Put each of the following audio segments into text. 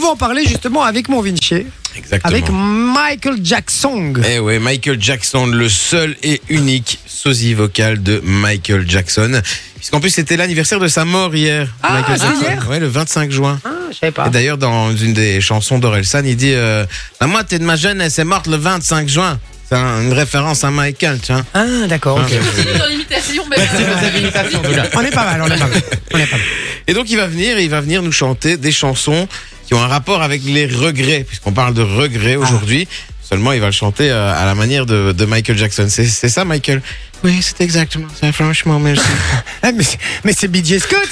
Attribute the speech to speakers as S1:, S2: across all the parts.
S1: va en parler justement avec mon Vinci,
S2: Exactement.
S1: avec Michael Jackson.
S2: Eh ouais, Michael Jackson, le seul et unique sosie vocal de Michael Jackson. Puisqu'en plus, c'était l'anniversaire de sa mort hier.
S1: Ah,
S2: Michael
S1: c'est
S2: Jackson.
S1: hier
S2: ouais, le 25 juin.
S1: Ah, je savais pas.
S2: Et d'ailleurs, dans une des chansons d'Orelsan, il dit euh, La moitié de ma jeunesse est morte le 25 juin. C'est un- une référence à Michael, tiens.
S1: Ah, d'accord, ok.
S3: Continue dans l'imitation. mais- euh,
S2: Ah.
S1: On est pas mal, on est pas mal. On est pas mal.
S2: Et donc, il va venir, et il va venir nous chanter des chansons qui ont un rapport avec les regrets, puisqu'on parle de regrets aujourd'hui. Seulement, il va le chanter euh, à la manière de, de Michael Jackson. C'est c'est ça, Michael Oui, c'est exactement ça. Franchement, merci.
S1: Ah, mais c'est- mais c'est BJ Scott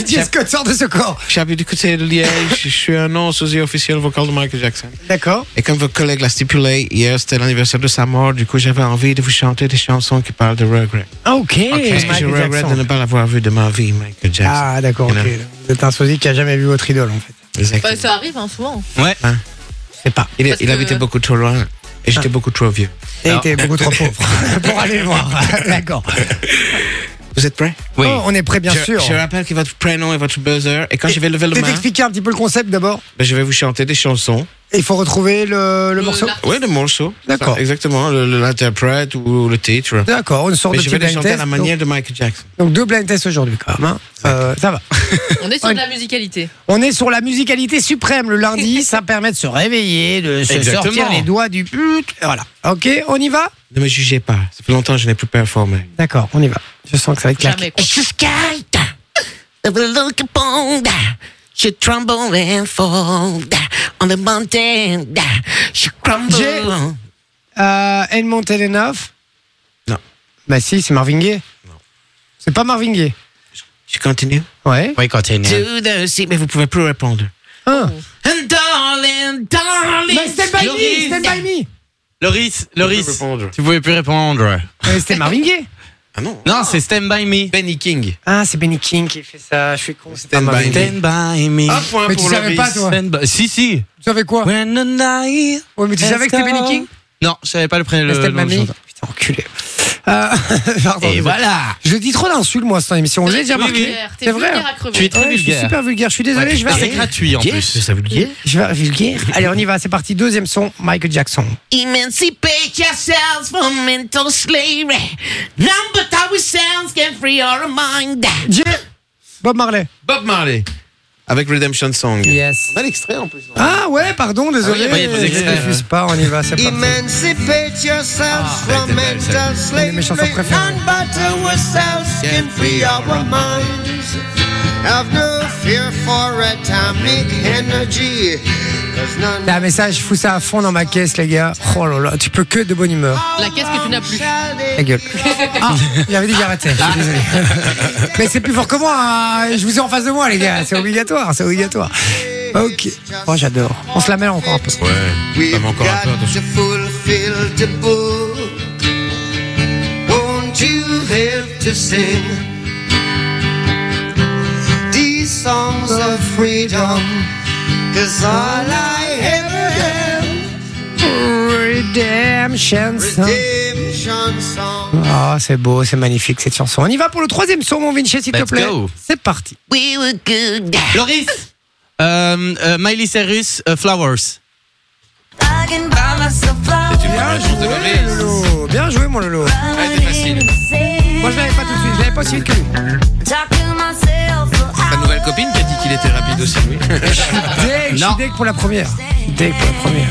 S1: BJ Scott sort de ce corps
S2: J'habite du côté de Liège, je suis un nom sosie officiel vocal de Michael Jackson.
S1: D'accord.
S2: Et comme vos collègues l'a stipulé, hier c'était l'anniversaire de sa mort, du coup j'avais envie de vous chanter des chansons qui parlent de regret.
S1: Ah, ok.
S2: Parce que je
S1: Michael
S2: regrette de ne
S1: Jackson.
S2: pas l'avoir vu de ma vie, Michael Jackson.
S1: Ah, d'accord, ok.
S2: Voilà.
S1: Vous êtes un sosie qui a jamais vu votre idole, en fait.
S2: Exactement.
S3: Bah, ça arrive hein, souvent.
S4: Ouais.
S1: Je sais pas.
S2: il
S3: parce
S2: il
S3: que-
S2: habitait beaucoup trop loin et j'étais Ah. beaucoup trop vieux.
S1: Et
S4: Alors-
S1: t'es beaucoup trop pauvre pour aller le voir. D'accord.
S2: Vous êtes prêts
S4: Oui.
S1: Oh, on est prêt, bien
S2: je,
S1: sûr.
S2: Je rappelle que votre prénom est votre buzzer et quand je vais lever le
S1: Peut-être
S2: main,
S1: expliquer un petit peu le concept d'abord.
S2: ben, je vais vous chanter des chansons.
S1: Et Il faut retrouver le, le
S3: Le-
S1: morceau.
S3: la-
S2: Oui, le morceau.
S1: D'accord.
S2: Ça, Exactement, le- le- l'interprète ou le titre.
S1: D'accord, une sorte
S2: Mais
S1: de
S2: je
S1: petit
S2: vais les
S1: blind
S2: chanter à
S1: test.
S2: la
S1: Donc,
S2: manière de Michael Jackson.
S1: donc deux blind tests aujourd'hui quand même. hein.
S2: Ah,
S1: Euh, ça va.
S3: On est sur
S1: Ouais.
S3: de la musicalité.
S1: On est sur la musicalité suprême le lundi. ça permet de se réveiller, de se
S2: Exactement.
S1: sortir les doigts du pute. Voilà. Ok, on y va
S2: Ne me jugez pas, ça fait longtemps que je n'ai plus performé.
S1: D'accord, on y va. Je sens que ça va être clair.
S3: Jamais. quoi.
S1: J'ai euh, Edmond Telenoff.
S2: Non.
S1: Bah si, c'est Marvin Gaye. C'est pas Marvin Gaye.
S2: Je continue.
S1: Ouais.
S4: Oui, continue.
S2: To the sea, mais vous pouvez plus répondre.
S1: Hein.
S2: And darling, darling.
S1: Mais Bah, Ben, Stand by me, stand by
S4: Oh. Loris.
S1: me.
S4: Loris, Loris,
S2: répondre.
S4: tu pouvais plus répondre.
S1: Ouais, C'était Marvin Gaye.
S2: Ah non.
S4: Non, c'est Stand By Me.
S2: Benny King.
S1: Ah, c'est Benny King qui fait ça. Je suis con. c'est pas
S2: Stand by
S1: Marvin
S2: me.
S1: Gaye.
S4: Stand By Me.
S2: Un point
S1: Mais tu
S2: pour
S1: savais
S2: Loris.
S1: pas, Ah, toi.
S4: Stand by... Si, si.
S1: Tu savais quoi
S4: When the night
S1: Ouais, mais tu
S4: has
S1: savais que Ben, c'était
S4: come.
S1: Benny King
S4: Non, je savais pas le
S2: Euh,
S4: prénom.
S1: Mais C'était
S4: le nom du
S1: Mamie.
S4: chanteur.
S1: Putain, enculé. Euh, pardon.
S4: Et
S2: Eh
S1: désolé.
S4: voilà.
S1: Je dis trop d'insultes, moi, cette émission. J'ai déjà
S3: T'es
S1: marqué.
S3: vulgaire, t'es
S1: C'est vrai.
S3: vulgaire
S1: hein.
S3: à crever.
S4: Tu es très
S1: Ouais, je suis
S4: vulgaire.
S1: super vulgaire. Je suis désolé, je vais
S4: C'est
S1: arrêter.
S4: gratuit en plus.
S2: ça vulgaire
S1: Je vais vulgaire. Allez, on y va. C'est parti. Deuxième son, Michael Jackson.
S5: Emancipate yourselves from mental slavery. Number our sounds can free our mind.
S1: Jay. Bob Marley.
S2: Bob Marley. Avec Redemption Song.
S1: Yes.
S2: On a l'extrait en plus.
S1: Ah ouais, pardon, désolé.
S4: Ah oui, il y a pas des
S1: je
S4: extraits,
S1: refuse pas. On y va. C'est parti.
S5: Emancipate yourselves
S2: Ah,
S5: from
S2: elle était belle,
S5: mental
S1: Une de mes chansons
S5: slavery.
S1: préférées.
S5: Number ourselves can free our minds. Have no fear for atomic energy. 'cause none
S1: Là, mais ça, je fous ça à fond dans ma caisse, les gars. Oh là là, tu peux que être de bonne humeur.
S3: La caisse que tu n'as plus.
S5: shall
S1: La gueule. Ah, il y avait des garatés.
S4: Ah.
S1: Je suis désolé. Mais c'est plus fort que moi. hein. Je vous ai en face de moi, les gars. C'est obligatoire. C'est obligatoire. Ok. Oh, j'adore. On se la mêle encore un peu.
S2: Ouais. Ça
S5: We've
S2: m'a encore un
S5: got
S2: peu attention.
S5: to fulfill the book. Won't you help to sing these songs of freedom? Cause all I ever have
S1: Redemption. Song.
S5: redemption songs.
S1: Ah, c'est beau, c'est magnifique cette chanson. On y va pour le troisième son, mon Vinci, s'il te
S4: Let's
S1: plaît.
S4: go.
S1: C'est parti.
S5: We were good.
S4: Loris. Euh, euh, Miley Cyrus, euh, Flowers.
S6: I can buy myself flowers.
S2: C'est une bonne chance de Loris.
S1: Lolo. Bien joué, mon Lolo.
S2: Ouais, c'est facile.
S1: Moi, je l'avais pas tout de suite, je l'avais pas aussi vite que lui.
S6: Talk to myself for
S2: Ta nouvelle copine qui a dit qu'il était rapide aussi, lui.
S1: Dès, je suis
S4: Non.
S1: dès que pour la première. Dès que pour la première.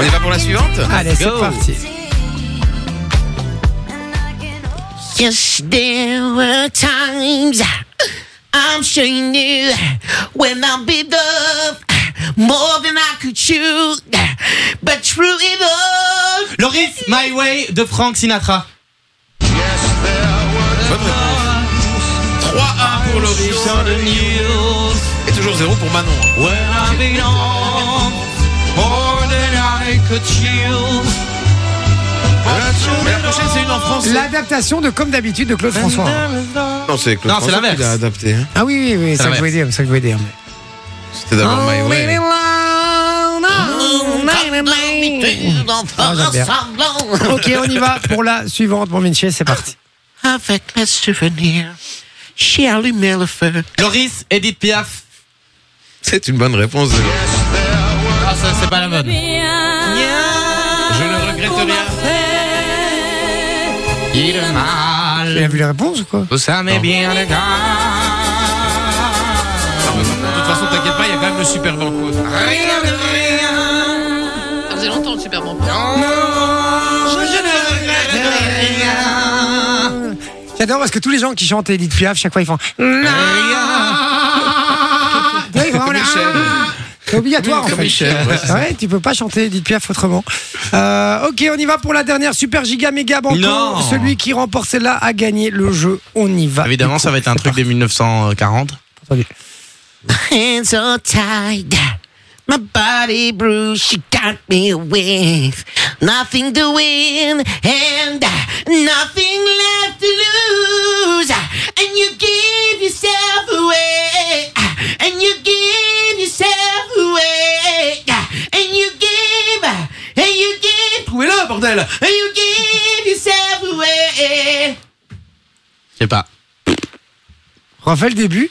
S2: On y va pour la suivante
S1: Allez, c'est
S4: go.
S1: parti.
S5: Yes, there were times I'm sure you knew when I bit off more than I could chew. But true enough,
S4: Loris, My Way de Frank Sinatra.
S2: Bonne réponse. 3-1 pour Loris. Et toujours 0 pour Manon. Mais la prochaine, c'est une en France.
S1: L'adaptation de Comme d'habitude de Claude François.
S2: Non, c'est Claude
S4: Non,
S2: François
S4: c'est
S2: qui
S4: l'inverse.
S2: l'a adapté. hein.
S1: Ah oui, oui, oui, ça
S4: Ça
S1: que je
S4: va.
S1: voulais dire, ça que je voulais dire.
S2: C'était
S4: Oh,
S2: d'abord My Way.
S1: Ah, j'adore. Ok, on y va pour la suivante, mon Vinci, c'est parti.
S5: avec mes souvenirs, j'ai allumé le feu.
S4: Loris, Edith Piaf.
S2: C'est une bonne réponse. Zélo.
S4: Ah, ça, c'est pas la bonne. Je ne regrette rien. Il est
S1: Il a
S4: mal.
S1: vu les réponses ou quoi
S4: Vous savez Ah, Oh, bien, les gars. Ah.
S2: Ah,
S4: De toute façon, t'inquiète pas, il y a quand même le super banco. Rien de rien.
S3: Ça faisait longtemps le super banco.
S1: J'adore parce que tous les gens qui chantent Edith Piaf, chaque fois ils font. Oui, vraiment, là. C'est obligatoire en fait. Ouais, tu peux pas chanter Edith Piaf autrement. Euh, ok, on y va pour la dernière super giga méga banco.
S4: Non.
S1: Celui qui remporte celle-là a gagné le jeu. On y va.
S4: Évidemment, ça va être un truc des 1940.
S5: Hands so tight. My body bruised, she got me with nothing to win and nothing left to lose. And you give yourself away, and you give yourself away, and you give, and you give,
S4: Trouvez-le, bordel
S5: and you give yourself away.
S4: Je sais pas.
S1: Refais le début.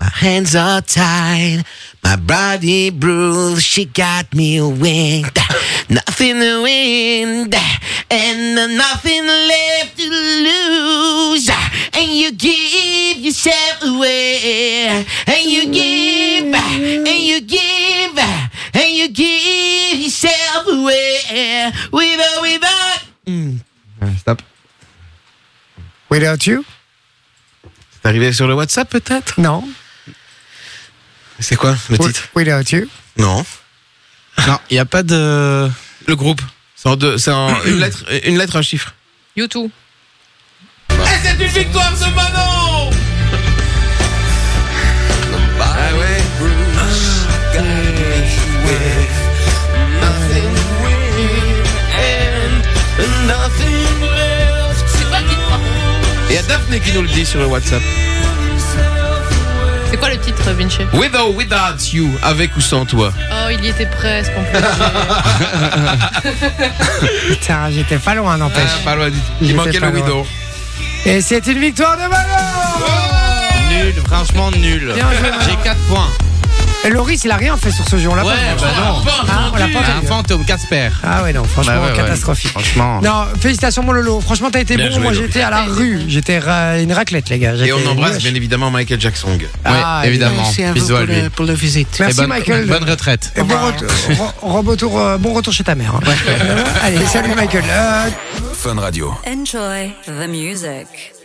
S5: My hands are tied, my body bruised. She got me winged, nothing to win, and nothing left to lose. And you give yourself away, and you give, and you give, and you give yourself away. Without, without.
S2: Stop.
S1: Without you
S2: C'est arrivé sur le WhatsApp peut-être
S1: Non.
S2: C'est quoi le titre
S1: Without you
S2: Non.
S4: Non, il n'y a pas de.
S2: Le groupe. C'est en deux. C'est en une lettre, une lettre, un chiffre.
S3: YouTube.
S2: Ah ouais. Il y a Daphné qui nous le dit sur le WhatsApp.
S3: C'est quoi le titre, Vinci
S2: With or without you, avec ou sans toi.
S3: Oh, il y était presque en plus.
S1: Putain, j'étais pas loin,
S2: Ah,
S1: n'empêche.
S4: bah.
S2: pas loin du tout.
S1: Il
S2: Il
S1: était
S2: manquait le
S1: pas loin.
S2: widow.
S1: Et c'est une victoire de Malo
S4: Nul, franchement nul.
S1: Bien joué, Manon.
S4: J'ai 4 points.
S1: Et Loris, il a rien fait sur ce jeu, on l'a
S4: Ouais,
S1: pas vu.
S4: bah non.
S1: Ah, on l'a pas
S4: Un
S1: entendu.
S4: fantôme, Casper.
S1: Ah ouais, non, franchement,
S4: Bah ouais, ouais.
S1: catastrophique.
S4: Franchement.
S1: Non, félicitations mon Lolo. Franchement, t'as été
S2: Bien
S1: bon.
S2: joué,
S1: Moi,
S2: Lolo.
S1: j'étais à la rue. J'étais ra- une raclette, les gars.
S2: Et
S1: J'étais
S2: on embrasse
S1: moche.
S2: bien évidemment Michael Jackson.
S1: Ah,
S4: ouais, évidemment.
S5: Merci à vous
S4: Bisous à
S5: pour
S4: lui.
S5: le- pour la visite.
S1: Merci,
S4: Et bonne,
S1: Michael.
S4: Bonne retraite.
S1: Et bon, retour, re- re- retour, euh, bon retour chez ta mère. hein. Allez, salut Michael. Euh,
S7: Fun Radio.
S6: Enjoy the music.